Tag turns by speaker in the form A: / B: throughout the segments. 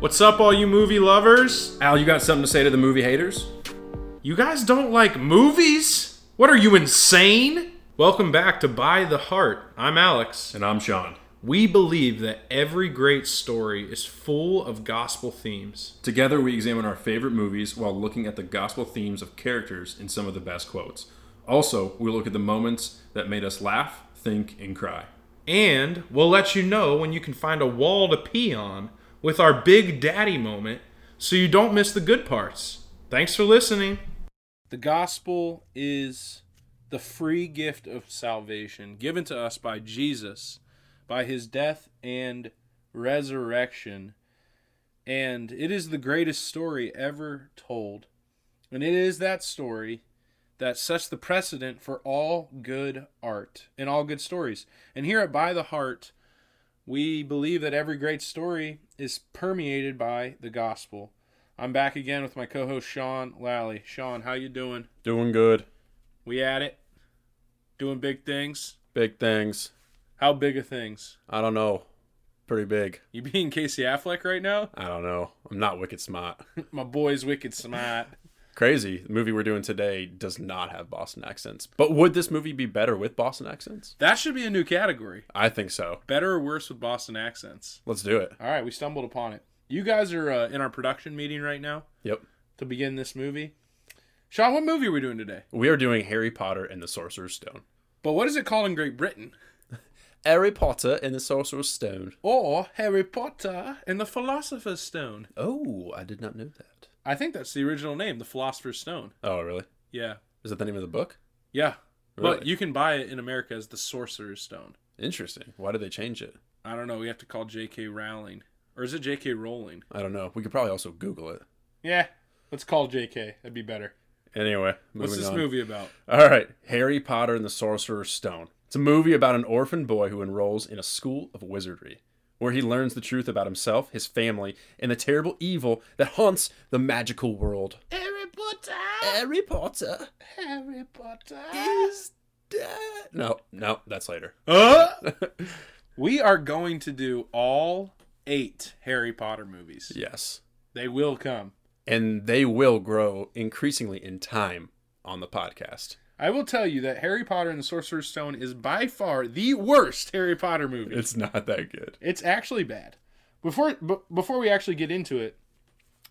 A: What's up, all you movie lovers?
B: Al, you got something to say to the movie haters?
A: You guys don't like movies? What are you, insane? Welcome back to By the Heart. I'm Alex.
B: And I'm Sean.
A: We believe that every great story is full of gospel themes.
B: Together, we examine our favorite movies while looking at the gospel themes of characters in some of the best quotes. Also, we look at the moments that made us laugh, think, and cry.
A: And we'll let you know when you can find a wall to pee on with our Big Daddy moment so you don't miss the good parts. Thanks for listening. The gospel is the free gift of salvation given to us by Jesus by his death and resurrection. And it is the greatest story ever told. And it is that story that sets the precedent for all good art and all good stories. And here at By the Heart, we believe that every great story is permeated by the gospel. I'm back again with my co-host Sean Lally. Sean, how you doing?
B: Doing good.
A: We at it. Doing big things.
C: Big things.
A: How big of things?
C: I don't know. Pretty big.
A: You being Casey Affleck right now?
C: I don't know. I'm not wicked smart.
A: My boy's wicked smart.
C: Crazy. The movie we're doing today does not have Boston accents. But would this movie be better with Boston accents?
A: That should be a new category.
C: I think so.
A: Better or worse with Boston accents.
C: Let's do it.
A: All right, we stumbled upon it. You guys are uh, in our production meeting right now
C: Yep.
A: to begin this movie. Sean, what movie are we doing today?
C: We are doing Harry Potter and the Sorcerer's Stone.
A: But what is it called in Great Britain?
C: Harry Potter and the Sorcerer's Stone.
A: Or Harry Potter and the Philosopher's Stone.
C: Oh, I did not know that.
A: I think that's the original name, the Philosopher's Stone.
C: Oh, really?
A: Yeah.
C: Is that the name of the book?
A: Yeah. But
C: Really?
A: you can buy it in America as the Sorcerer's Stone.
C: Interesting. Why did they change it?
A: I don't know. We have to call J.K. Rowling. Or is it J.K. Rowling?
C: I don't know. We could probably also Google it.
A: Yeah. Let's call J.K. That'd be better.
C: Anyway, moving
A: What's this
C: on.
A: movie about?
C: All right, Harry Potter and the Sorcerer's Stone. It's a movie about an orphan boy who enrolls in a school of wizardry, where he learns the truth about himself, his family, and the terrible evil that haunts the magical world.
A: Harry Potter!
C: Harry Potter
A: Harry Potter!
C: is dead. No, no, that's later.
A: Uh? we are going to do all eight Harry Potter movies.
C: Yes.
A: They will come.
C: And they will grow increasingly in time on the podcast.
A: I will tell you that Harry Potter and the Sorcerer's Stone is by far the worst Harry Potter movie.
C: It's not that good.
A: It's actually bad. Before b- before we actually get into it,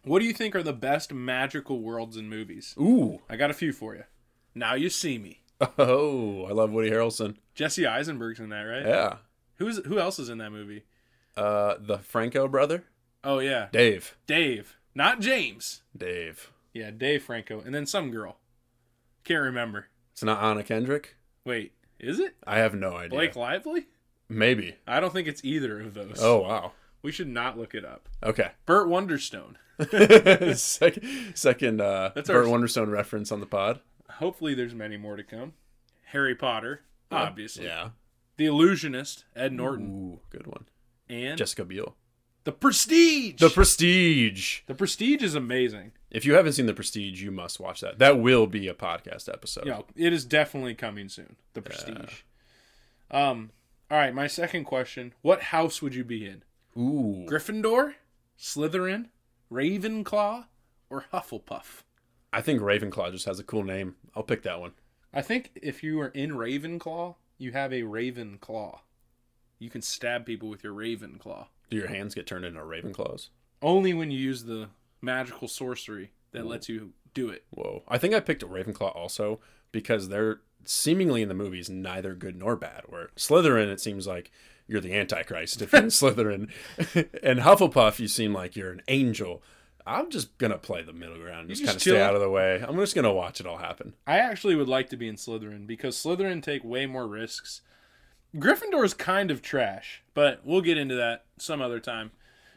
A: what do you think are the best magical worlds in movies?
C: Ooh.
A: I got a few for you. Now you see me.
C: Oh, I love Woody Harrelson.
A: Jesse Eisenberg's in that, right?
C: Yeah.
A: Who's who else is in that movie?
C: Uh, the Franco brother?
A: Oh yeah,
C: Dave.
A: Dave, not James.
C: Dave.
A: Yeah, Dave Franco, and then some girl. Can't remember.
C: It's not Anna Kendrick.
A: Wait, is it
C: I have no idea.
A: Blake Lively?
C: Maybe.
A: I don't think it's either of those.
C: Oh wow.
A: we should not look it up.
C: Okay.
A: Burt Wonderstone.
C: second, second uh,
A: That's
C: Burt
A: our-
C: Wonderstone reference on the pod.
A: Hopefully, there's many more to come. Harry Potter, Ah, obviously.
C: Yeah.
A: The Illusionist, Ed Norton,
C: Ooh, good one.
A: and
C: Jessica Biel.
A: The Prestige.
C: The Prestige.
A: The Prestige is amazing.
C: If you haven't seen The Prestige, you must watch that. That will be a podcast episode.
A: You know, it is definitely coming soon. The Prestige. Um. All right, my second question: What house would you be in?
C: Ooh.
A: Gryffindor, Slytherin, Ravenclaw, or Hufflepuff?
C: I think Ravenclaw just has a cool name. I'll pick that one.
A: I think if you are in Ravenclaw, you have a Raven Claw. You can stab people with your Raven Claw.
C: Do your hands get turned into Ravenclaws?
A: Only when you use the magical sorcery that lets you do it.
C: Whoa. I think I picked Ravenclaw also because they're seemingly in the movies neither good nor bad. Where Slytherin, it seems like you're the Antichrist if you're in Slytherin, and Hufflepuff, you seem like you're an angel. I'm just gonna play the middle ground, just
A: just
C: kind of
A: chill.
C: stay out of the way. I'm just gonna watch it all happen.
A: I actually would like to be in Slytherin because Slytherin take way more risks. Gryffindor is kind of trash, but we'll get into that some other time.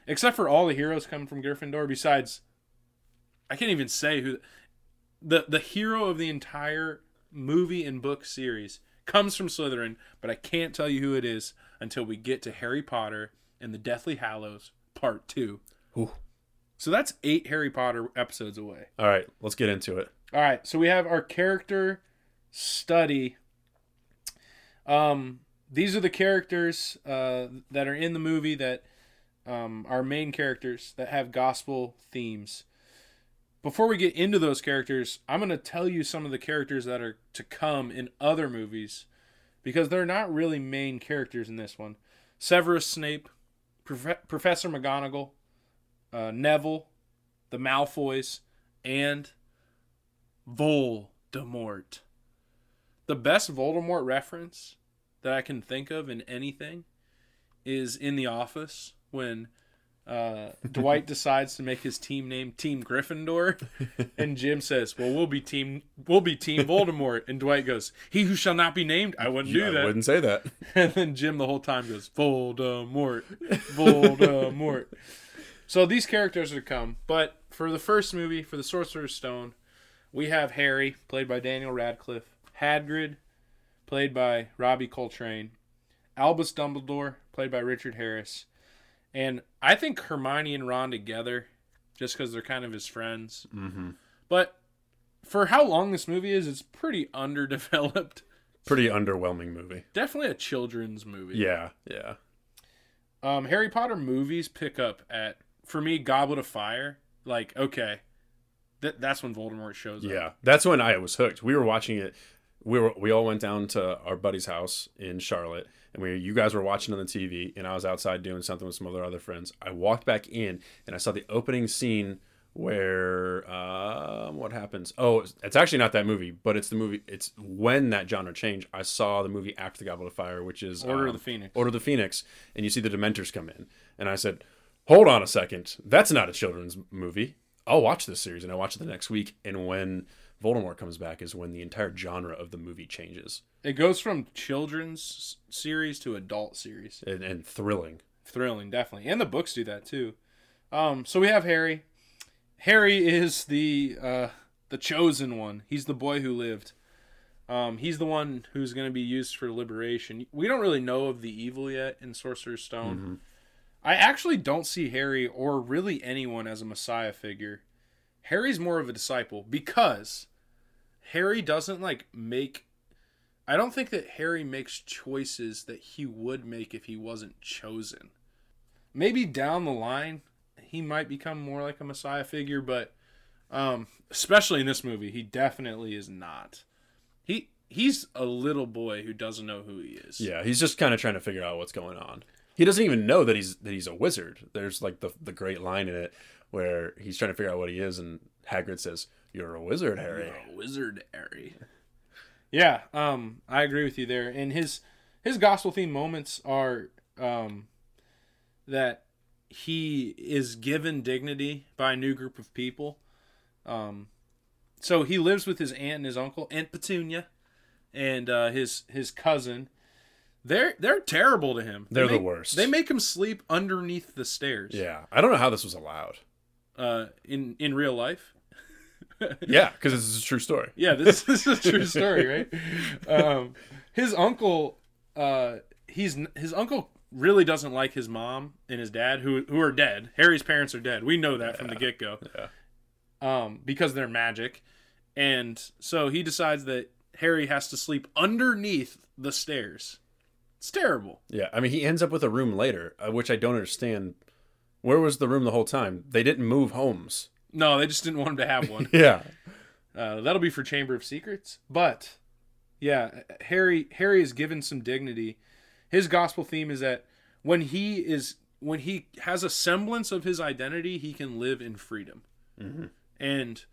A: Except for all the heroes come from Gryffindor. Besides, I can't even say who the the hero of the entire movie and book series comes from Slytherin, but I can't tell you who it is until we get to Harry Potter and the Deathly Hallows Part Two.
C: Ooh.
A: So that's eight Harry Potter episodes away.
C: All right, let's get into it.
A: All right, so we have our character study. Um, these are the characters uh, that are in the movie that um, our main characters that have gospel themes. Before we get into those characters, I'm going to tell you some of the characters that are to come in other movies because they're not really main characters in this one. Severus Snape, Prof- Professor McGonagall, uh, Neville, the Malfoys, and Voldemort. The best Voldemort reference that I can think of in anything is in The Office when uh, Dwight decides to make his team name Team Gryffindor, and Jim says, "Well, we'll be team we'll be Team Voldemort," and Dwight goes, "He who shall not be named, I wouldn't do
C: I
A: that."
C: wouldn't say that.
A: And then Jim the whole time goes, Voldemort, Voldemort. so these characters are to come. But for the first movie, for the Sorcerer's Stone, we have Harry, played by Daniel Radcliffe, Hagrid, played by Robbie Coltrane, Albus Dumbledore, played by Richard Harris. And I think Hermione and Ron together, just because they're kind of his friends.
C: Mm-hmm.
A: But for how long this movie is, it's pretty underdeveloped.
C: Pretty underwhelming movie.
A: Definitely a children's movie.
C: Yeah, yeah.
A: Um, Harry Potter movies pick up at for me Goblet of Fire. Like okay, that that's when Voldemort shows up.
C: Yeah, that's when I was hooked. We were watching it. We were we all went down to our buddy's house in Charlotte, and we you guys were watching on the TV, and I was outside doing something with some other other friends. I walked back in, and I saw the opening scene where um, what happens? Oh, it's, it's actually not that movie, but it's the movie. It's when that genre changed. I saw the movie after the Goblet of Fire, which is
A: Order of
C: um,
A: the Phoenix.
C: Order of the Phoenix, and you see the Dementors come in. And I said, Hold on a second. That's not a children's movie. I'll watch this series. And I watched it the next week. And when Voldemort comes back, is when the entire genre of the movie changes
A: It goes from children's s- series to adult series.
C: and, and thrilling.
A: Thrilling, definitely, and the books do that too. Um, so we have Harry. Harry is the uh, the chosen one. He's the boy who lived. Um, he's the one who's going to be used for liberation. We don't really know of the evil yet in Sorcerer's Stone. I actually don't see Harry or really anyone as a messiah figure. Harry's more of a disciple because Harry doesn't like make I don't think that Harry makes choices that he would make if he wasn't chosen. Maybe down the line he might become more like a messiah figure, but um especially in this movie, he definitely is not. He he's a little boy who doesn't know who he is.
C: Yeah, he's just kind of trying to figure out what's going on. He doesn't even know that he's that he's a wizard. There's like the the great line in it where he's trying to figure out what he is, and Hagrid says, "You're a wizard, Harry."
A: You're a wizard Harry. Yeah, um, I agree with you there. And his his gospel theme moments are um, that he is given dignity by a new group of people. Um, so he lives with his aunt and his uncle, Aunt Petunia, and uh, his his cousin. They're they're terrible to him. They
C: They're the
A: make-
C: worst.
A: They make him sleep underneath the stairs.
C: Yeah, I don't know how this was allowed.
A: Uh, in in real life.
C: Yeah, because this is a true story.
A: Yeah, this, this is a true story, right? Um, his uncle, uh, he's his uncle really doesn't like his mom and his dad, who who are dead. Harry's parents are dead. We know that from the get go,
C: Yeah.
A: um, because they're magic, and so he decides that Harry has to sleep underneath the stairs. It's terrible.
C: Yeah, I mean, he ends up with a room later, uh, which I don't understand. Where was the room the whole time? They didn't move homes.
A: No, they just didn't want him to have one.
C: Yeah,
A: Uh, that'll be for Chamber of Secrets. But yeah, Harry Harry is given some dignity. His gospel theme is that when he is when he has a semblance of his identity, he can live in freedom, and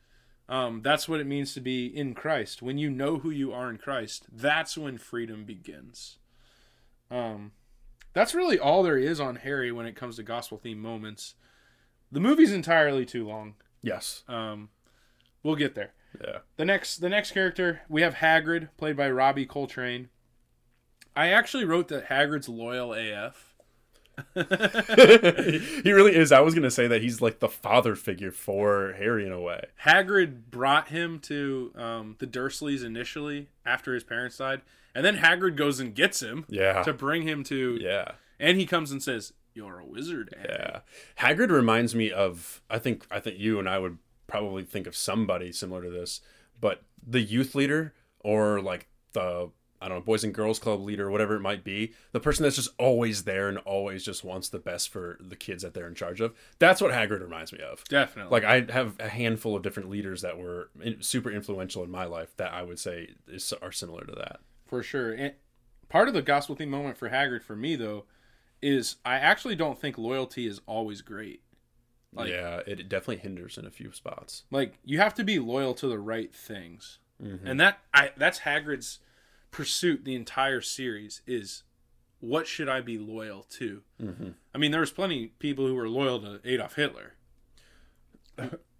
A: um, that's what it means to be in Christ. When you know who you are in Christ, that's when freedom begins. Um, that's really all there is on Harry when it comes to gospel theme moments. The movie's entirely too long.
C: yes,
A: Um, we'll get there.
C: yeah.
A: The next the next character we have Hagrid, played by Robbie Coltrane. I actually wrote that Hagrid's loyal AF.
C: he really is. I was gonna say that he's like the father figure for Harry in a way.
A: Hagrid brought him to um, the Dursleys initially after his parents died, and then Hagrid goes and gets him
C: Yeah,
A: to bring him to.
C: yeah,
A: And he comes and says, "You're a wizard." Harry."
C: yeah. Hagrid reminds me of. I think. I think you and I would probably think of somebody similar to this, but the youth leader or like the. I don't know, Boys and Girls Club leader, whatever it might be, the person that's just always there and always just wants the best for the kids that they're in charge of. That's what Hagrid reminds me of.
A: Definitely.
C: Like I have a handful of different leaders that were in, super influential in my life that I would say is, are similar to that.
A: for sure. And part of the gospel theme moment for Haggard for me though is I actually don't think loyalty is always great. Like-
C: yeah, it definitely hinders in a few spots.
A: Like you have to be loyal to the right things.
C: Mm-hmm.
A: And that I that's Hagrid's pursuit the entire series is what should I be loyal to?
C: Mm-hmm.
A: I mean, there was plenty of people who were loyal to Adolf Hitler.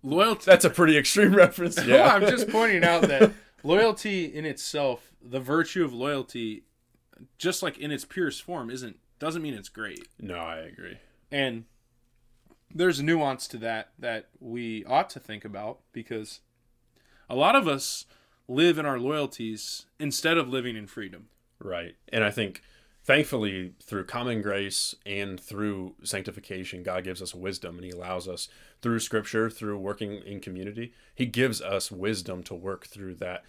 A: Loyalty.
C: That's a pretty extreme reference.
A: Yeah.
C: Yeah,
A: I'm just pointing out that loyalty in itself, the virtue of loyalty, just like in its purest form, isn't doesn't mean it's great.
C: no, I agree.
A: And there's nuance to that that we ought to think about because a lot of us live in our loyalties instead of living in freedom.
C: Right. And I think thankfully through common grace and through sanctification, God gives us wisdom and he allows us through scripture, through working in community, he gives us wisdom to work through that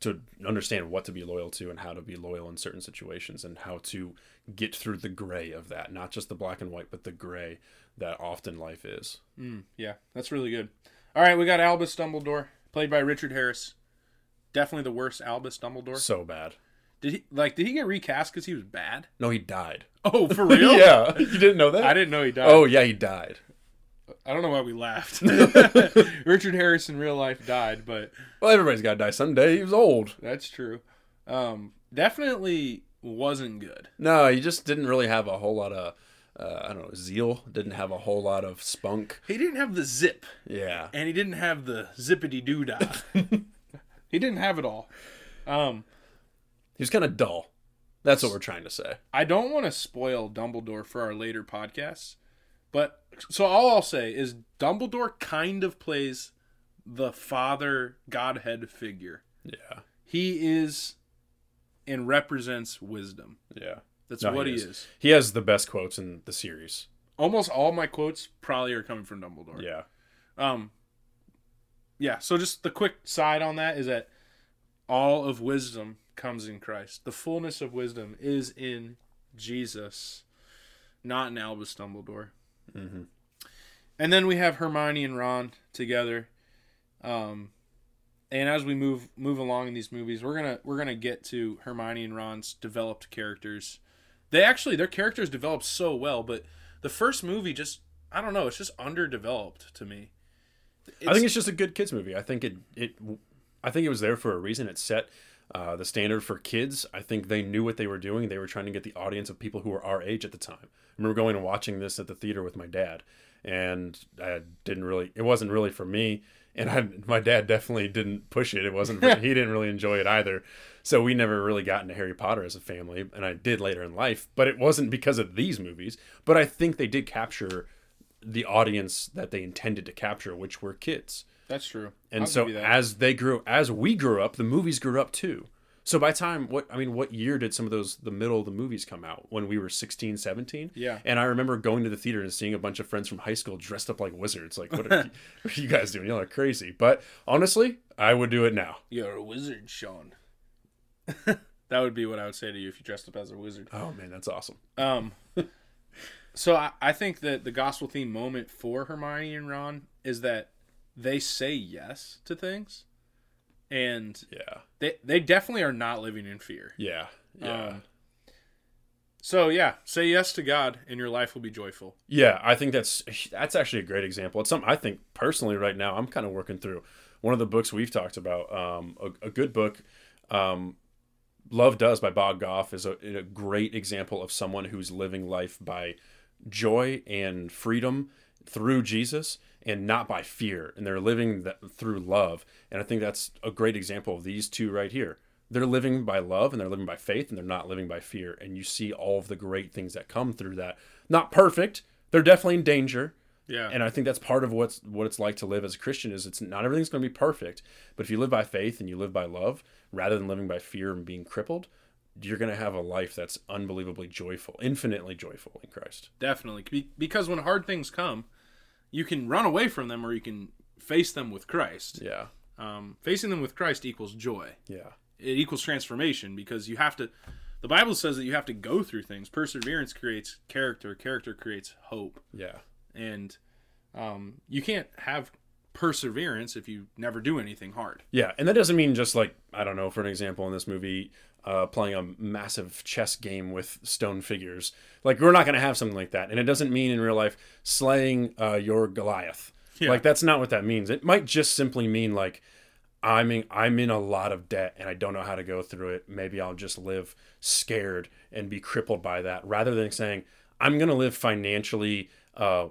C: to understand what to be loyal to and how to be loyal in certain situations and how to get through the gray of that, not just the black and white, but the gray that often life is.
A: Mm, yeah, that's really good. All right, we got Albus Dumbledore, played by Richard Harris. Definitely the worst Albus Dumbledore.
C: So bad.
A: Did he like? Did he get recast because he was bad?
C: No, he died.
A: Oh, for real?
C: Yeah. You didn't know that?
A: I didn't know he died.
C: Oh, yeah, he died.
A: I don't know why we laughed. Richard Harris in real life died, but
C: Well, everybody's got to die someday. He was old.
A: that's true. Um, definitely wasn't good.
C: No, he just didn't really have a whole lot of, uh, I don't know, zeal. Didn't have a whole lot of spunk.
A: He didn't have the zip,
C: Yeah.
A: and he didn't have the zippity doo dah. he didn't have it all. Um,
C: He was kind of dull. That's what we're trying to say.
A: I don't want to spoil Dumbledore for our later podcasts, but so all I'll say is Dumbledore kind of plays the father godhead figure.
C: Yeah.
A: He is and represents wisdom.
C: Yeah.
A: That's
C: No,
A: what
C: he
A: he
C: is.
A: is.
C: He has the best quotes in the series.
A: almost all my quotes probably are coming from Dumbledore.
C: Yeah.
A: Um yeah, so just the quick side on that is that all of wisdom comes in Christ. The fullness of wisdom is in Jesus, not in Albus Dumbledore.
C: Mm-hmm.
A: And then we have Hermione and Ron together. Um and as we move move along in these movies, we're going to we're going to get to Hermione and Ron's developed characters. They actually their characters develop so well, but the first movie just I don't know, it's just underdeveloped to me.
C: I think it's just a good kids movie. I think it it I think it was there for a reason. It set uh, the standard for kids. I think they knew what they were doing. They were trying to get the audience of people who were our age at the time. I remember going and watching this at the theater with my dad, and I didn't really. It wasn't really for me, and I, my dad definitely didn't push it. It wasn't. he didn't really enjoy it either. So we never really got into Harry Potter as a family, and I did later in life. But it wasn't because of these movies. But I think they did capture the audience that they intended to capture, which were kids.
A: That's true.
C: And
A: I'll
C: so
A: give you that.
C: as they grew, as we grew up, the movies grew up too. So by time what I mean, what year did some of those the middle of the movies come out? When we were 16, 17?
A: Yeah.
C: And I remember going to the theater and seeing a bunch of friends from high school dressed up like wizards. Like, what are, you, what are you guys doing? Y'all are crazy. But honestly, I would do it now.
A: you're a wizard, Sean. that would be what I would say to you if you dressed up as a wizard.
C: Oh man, that's awesome.
A: Um, so I, I think that the gospel theme moment for Hermione and Ron is that they say yes to things, and
C: Yeah.
A: they they definitely are not living in fear.
C: Yeah. Yeah.
A: Um, so yeah, say yes to God, and your life will be joyful.
C: Yeah, I think that's that's actually a great example. It's something I think personally right now I'm kind of working through. One of the books we've talked about, um, a, a good book, um, Love Does by Bob Goff is a, a great example of someone who's living life by joy and freedom through Jesus and not by fear, and they're living that, through love. And I think that's a great example of these two right here. They're living by love and they're living by faith and they're not living by fear. And you see all of the great things that come through that. Not perfect. They're definitely in danger.
A: Yeah,
C: And I think that's part of what's what it's like to live as a Christian is it's not everything's going to be perfect, but if you live by faith and you live by love rather than living by fear and being crippled, you're going to have a life that's unbelievably joyful, infinitely joyful in Christ.
A: definitely, Be- because when hard things come, you can run away from them, or you can face them with Christ.
C: Yeah.
A: Um, facing them with Christ equals joy.
C: Yeah.
A: it equals transformation because you have to the bible says that you have to go through things perseverance creates character character creates hope
C: Yeah.
A: and um, you can't have perseverance if you never do anything hard
C: Yeah, and that doesn't mean just like I don't know. For an example, in this movie, uh, playing a massive chess game with stone figures. Like we're not going to have something like that, and it doesn't mean in real life slaying uh, your Goliath.
A: Yeah.
C: Like that's not what that means. It might just simply mean like I'm in I'm in a lot of debt and I don't know how to go through it. Maybe I'll just live scared and be crippled by that, rather than saying I'm going to live financially. Uh,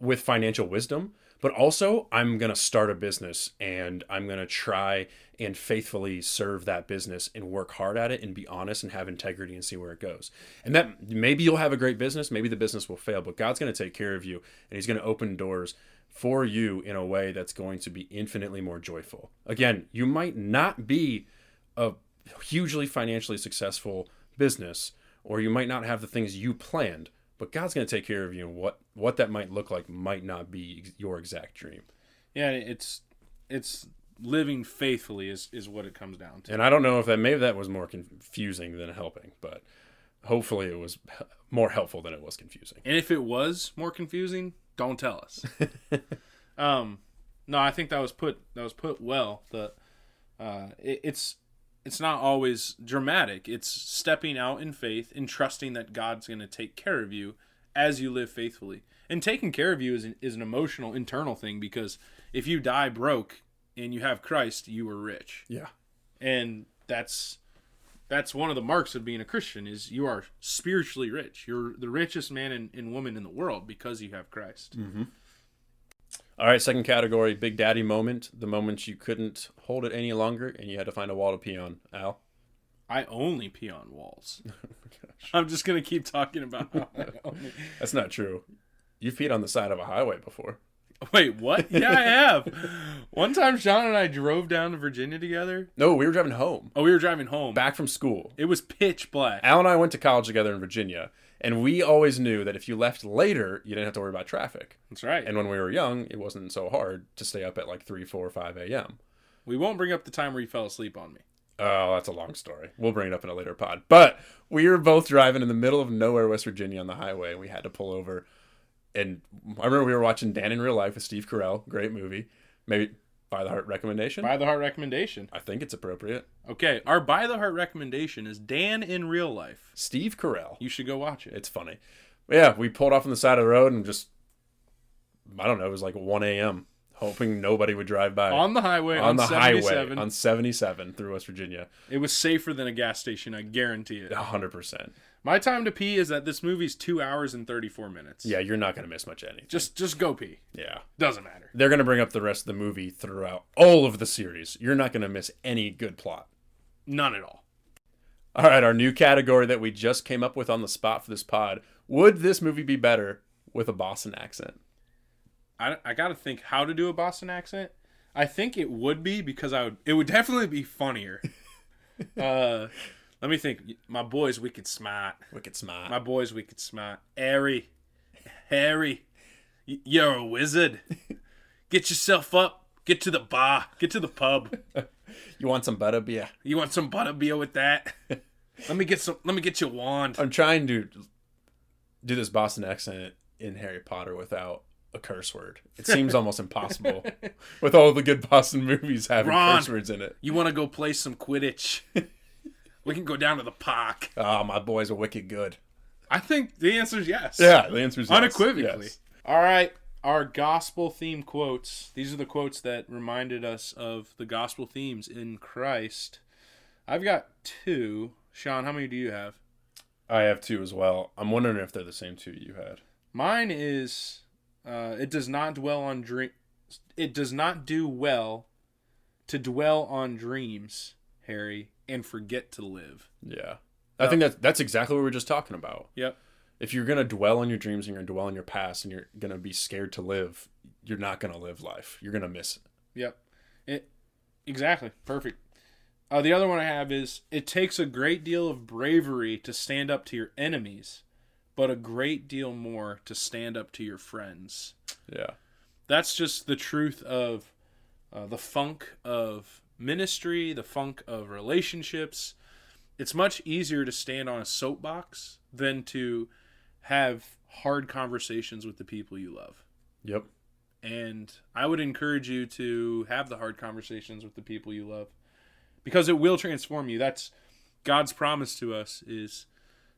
C: with financial wisdom, but also I'm going to start a business and I'm going to try and faithfully serve that business and work hard at it and be honest and have integrity and see where it goes. And that maybe you'll have a great business, maybe the business will fail, but God's going to take care of you and he's going to open doors for you in a way that's going to be infinitely more joyful. Again, you might not be a hugely financially successful business or you might not have the things you planned but god's going to take care of you and what what that might look like might not be ex- your exact dream
A: yeah it's it's living faithfully is is what it comes down to
C: and i don't know if that maybe that was more confusing than helping but hopefully it was h- more helpful than it was confusing
A: and if it was more confusing don't tell us um no i think that was put that was put well the uh it, it's it's not always dramatic it's stepping out in faith and trusting that god's going to take care of you as you live faithfully and taking care of you is an, is an emotional internal thing because if you die broke and you have christ you are rich
C: yeah
A: and that's that's one of the marks of being a christian is you are spiritually rich you're the richest man and, and woman in the world because you have christ
C: all right second category big daddy moment the moment you couldn't hold it any longer and you had to find a wall to pee on al
A: i only pee on walls i'm just gonna keep talking about how Oh I only...
C: that's not true you've peed on the side of a highway before
A: wait what yeah i have one time sean and i drove down to virginia together
C: no we were driving home
A: oh we were driving home
C: back from school
A: it was pitch black
C: Al and I went to college together in Virginia, and we always knew that if you left later, you didn't have to worry about traffic.
A: that's right
C: And when we were young, it wasn't so hard to stay up at like 3, 4, 5 a.m.
A: we won't bring up the time where you fell asleep on me
C: Oh, that's a long story. We'll bring it up in a later pod. But we were both driving in the middle of nowhere, West Virginia, on the highway, and we had to pull over. And I remember we were watching Dan in Real Life with Steve Carell. Great movie. Maybe by the heart recommendation.
A: by the heart recommendation
C: I think it's appropriate.
A: okay our by the heart recommendation is dan in real life
C: Steve Carell.
A: you should go watch it
C: It's funny. But yeah, we pulled off on the side of the road and just, I don't know, it was like 1 a.m., hoping nobody would drive by.
A: on the highway on,
C: On the highway
A: 77.
C: on 77 through West Virginia.
A: it was safer than a gas station, I guarantee it.
C: 100%.
A: My time to pee is that this movie's 2 hours and 34 minutes.
C: Yeah, you're not going to miss much of anything.
A: Just just go pee.
C: Yeah.
A: Doesn't matter.
C: They're going to bring up the rest of the movie throughout all of the series. You're not going to miss any good plot.
A: None at all.
C: All right, our new category that we just came up with on the spot for this pod. Would this movie be better with a Boston accent?
A: I, I got to think how to do a Boston accent. I think it would be because I would it would definitely be funnier. uh let me think. My boys wicked smart.
C: Wicked smart.
A: My boys wicked smart. Harry. Harry. y- You're a wizard. Get yourself up. Get to the bar. Get to the pub.
C: you want some butter beer?
A: You want some butter beer with that? let me get some. Let me get your wand.
C: I'm trying to do this Boston accent in Harry Potter without a curse word. It seems almost impossible with all the good Boston movies having
A: Ron.
C: curse words in it.
A: You want to go play some Quidditch? we can go down to the park.
C: Oh, my boys are wicked good.
A: I think the answer is yes.
C: Yeah, the answer is yes.
A: unequivocally.
C: Yes.
A: All right, our gospel theme quotes. These are the quotes that reminded us of the gospel themes in Christ. I've got two. Sean, how many do you have?
C: I have two as well. I'm wondering if they're the same two you had.
A: Mine is uh, it does not dwell on dream. It does not do well to dwell on dreams, Harry, and forget to live.
C: Yeah. I think that that's exactly what we were just talking about.
A: Yep.
C: If you're gonna dwell on your dreams and you're gonna dwell on your past and you're gonna be scared to live, you're not gonna live life. You're gonna miss it.
A: Yep. It exactly perfect. Uh, the other one I have is it takes a great deal of bravery to stand up to your enemies, but a great deal more to stand up to your friends.
C: Yeah.
A: That's just the truth of uh, the funk of ministry, the funk of relationships. It's much easier to stand on a soapbox than to have hard conversations with the people you love.
C: Yep.
A: And I would encourage you to have the hard conversations with the people you love because it will transform you. That's God's promise to us is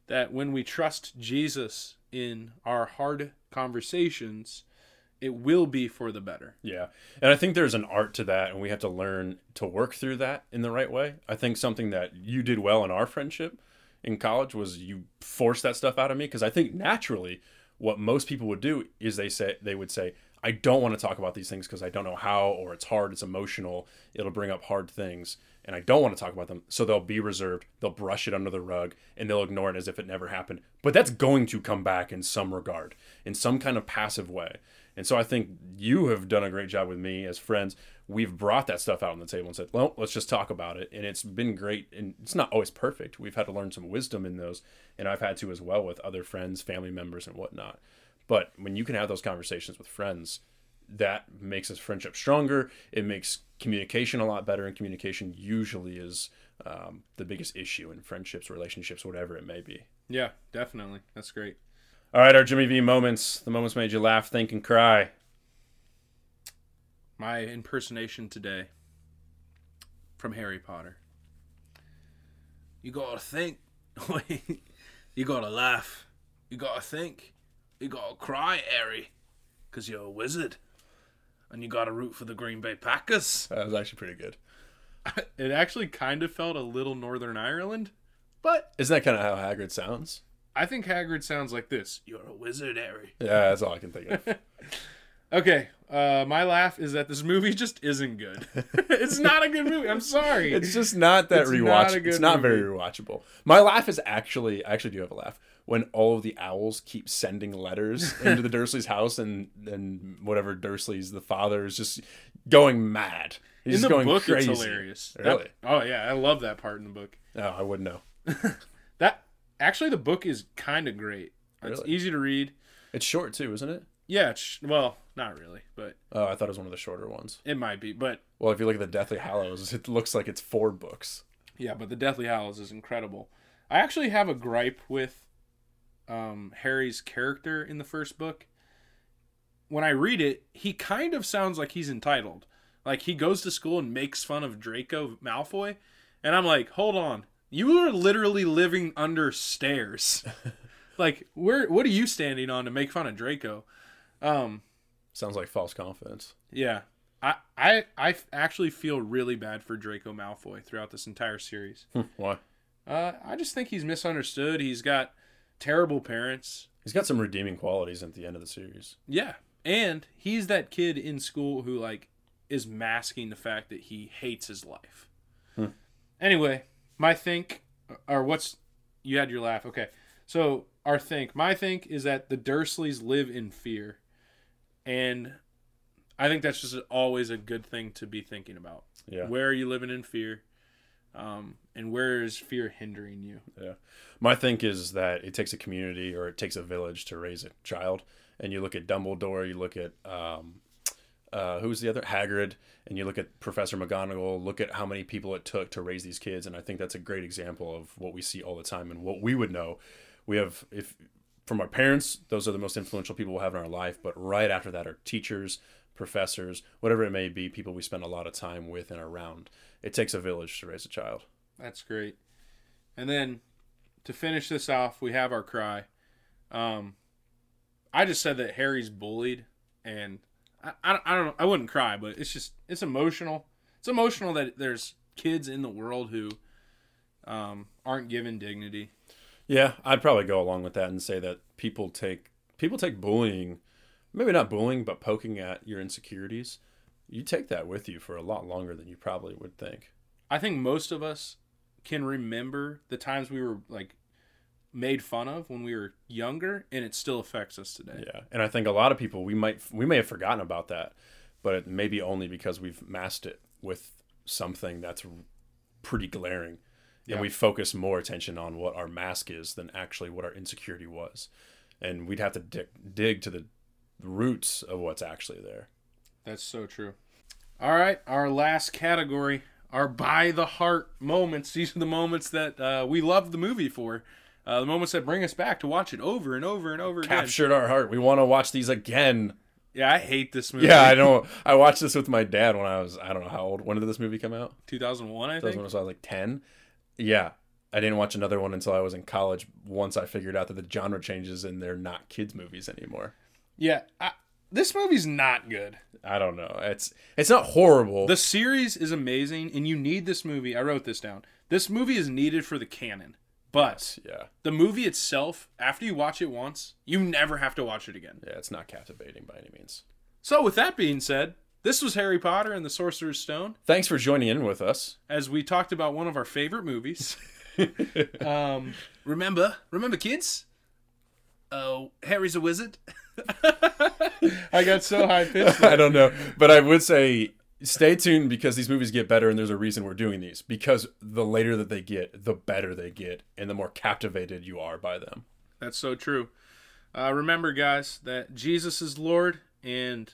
A: that when we trust Jesus in our hard conversations, it will be for the better.
C: Yeah. And I think there's an art to that, and we have to learn to work through that in the right way. I think something that you did well in our friendship in college was you forced that stuff out of me because I think naturally what most people would do is they say they would say I don't want to talk about these things because I don't know how or it's hard, it's emotional, it'll bring up hard things and I don't want to talk about them. So they'll be reserved, they'll brush it under the rug and they'll ignore it as if it never happened. But that's going to come back in some regard, in some kind of passive way. And so I think you have done a great job with me as friends. We've brought that stuff out on the table and said, well, let's just talk about it. And it's been great. And it's not always perfect. We've had to learn some wisdom in those. And I've had to as well with other friends, family members, and whatnot. But when you can have those conversations with friends, that makes this friendship stronger. It makes communication a lot better. And communication usually is um, the biggest issue in friendships, relationships, whatever it may be.
A: Yeah, definitely. That's great.
C: All right, our Jimmy V moments. The moments made you laugh, think, and cry.
A: My impersonation today from Harry Potter. You gotta think. you gotta laugh. You gotta think. You gotta cry, Harry, because you're a wizard. And you gotta root for the Green Bay Packers.
C: That was actually pretty good.
A: It actually kind of felt a little Northern Ireland, but
C: Isn't that kind of how Hagrid sounds?
A: I think Hagrid sounds like this You're a wizard, Harry.
C: Yeah, that's all I can think of.
A: Okay, uh, my laugh is that this movie just isn't good. it's not a good movie. I'm sorry.
C: It's just not that
A: It's
C: rewatchable.
A: not a good
C: it's not very
A: movie.
C: rewatchable. My laugh is actually I actually do have a laugh when all of the owls keep sending letters into the Dursley's house and and whatever Dursley's the father is just going mad. He's
A: in
C: just
A: the
C: going
A: book,
C: crazy.
A: it's hilarious. That-
C: Really?
A: oh yeah, I love that part in the book.
C: Oh, I wouldn't know.
A: That actually, the book is kind of great. It's
C: Really?
A: easy to read.
C: It's short too, isn't it?
A: Yeah, it's, well, not really, but
C: Oh, I thought it was one of the shorter ones.
A: it might be. But
C: Well, if you look at the Deathly Hallows, it looks like it's four books.
A: yeah, but the Deathly Hallows is incredible. I actually have a gripe with um, Harry's character in the first book. When I read it, he kind of sounds like he's entitled. Like he goes to school and makes fun of Draco Malfoy, and I'm like, hold on, you are literally living under stairs. like, where? What are you standing on to make fun of Draco? Um,
C: Sounds like false confidence.
A: yeah. I, I I f- actually feel really bad for Draco Malfoy throughout this entire series.
C: Why?
A: Uh, I just think he's misunderstood. He's got terrible parents.
C: He's got some redeeming qualities at the end of the series.
A: Yeah. And he's that kid in school who, like, is masking the fact that he hates his life.
C: Hmm.
A: Anyway, my think, uh, or what's, you had your laugh. Okay. So, our think, my think is that the Dursleys live in fear. And I think that's just always a good thing to be thinking about.
C: Yeah.
A: Where are you living in fear? Um, and where is fear hindering you?
C: My think is that it takes a community or it takes a village to raise a child. And you look at Dumbledore, you look at um, uh, who's the other Hagrid, and you look at Professor McGonagall. Look at how many people it took to raise these kids, and I think that's a great example of what we see all the time and what we would know. We have if from our parents, those are the most influential people we'll have in our life. But right after that are teachers, professors, whatever it may be, people we spend a lot of time with and around. It takes a village to raise a child.
A: That's great. And then to finish this off, we have our cry. Um, I just said that Harry's bullied, and I, I, don't- I don't know. I wouldn't cry, but it's just it's emotional. It's emotional that there's kids in the world who um, aren't given dignity.
C: Yeah, I'd probably go along with that and say that people take people take bullying, maybe not bullying, but poking at your insecurities. You take that with you for a lot longer than you probably would think.
A: I think most of us can remember the times we were like made fun of when we were younger, and it still affects us today.
C: Yeah, and I think a lot of people we might we may have forgotten about that, but it may be only because we've masked it with something that's pretty glaring,
A: Yeah.
C: and we focus more attention on what our mask is than actually what our insecurity was, and we'd have to dig, dig to the roots of what's actually there.
A: That's so true. All right, our last category are by the heart moments. These are the moments that uh, we love the movie for. Uh, the moments that bring us back to watch it over and over and over again.
C: Captured our heart. We want to watch these again.
A: Yeah, I hate this movie.
C: Yeah, I know. I watched this with my dad when I was I don't know how old. When did this movie come out?
A: 2001, I
C: That was
A: think.
C: when I was like ten. Yeah, I didn't watch another one until I was in college. Once I figured out that the genre changes and they're not kids movies anymore.
A: Yeah, I, this movie's not good.
C: I don't know. It's it's not horrible.
A: The series is amazing, and you need this movie. I wrote this down. This movie is needed for the canon, but
C: yeah,
A: the movie itself, after you watch it once, you never have to watch it again.
C: yeah, it's not captivating by any means.
A: So, with that being said, this was Harry Potter and the Sorcerer's Stone.
C: Thanks for joining in with us.
A: As we talked about one of our favorite movies. um, remember, remember, kids. Oh, Harry's a wizard. I got so high pitched.
C: I don't know, but I would say stay tuned because these movies get better, and there's a reason we're doing these because the later that they get, the better they get, and the more captivated you are by them.
A: That's so true. Uh, remember, guys, that Jesus is Lord, and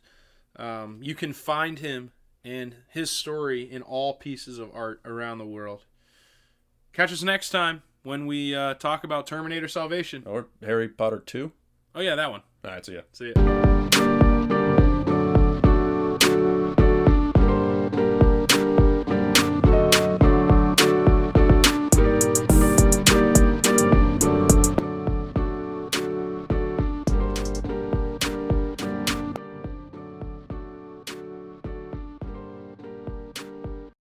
A: um, you can find him and his story in all pieces of art around the world. Catch us next time when we uh, talk about Terminator Salvation.
C: Or Harry Potter two.
A: Oh, yeah, that one.
C: All right, so yeah.
A: See ya.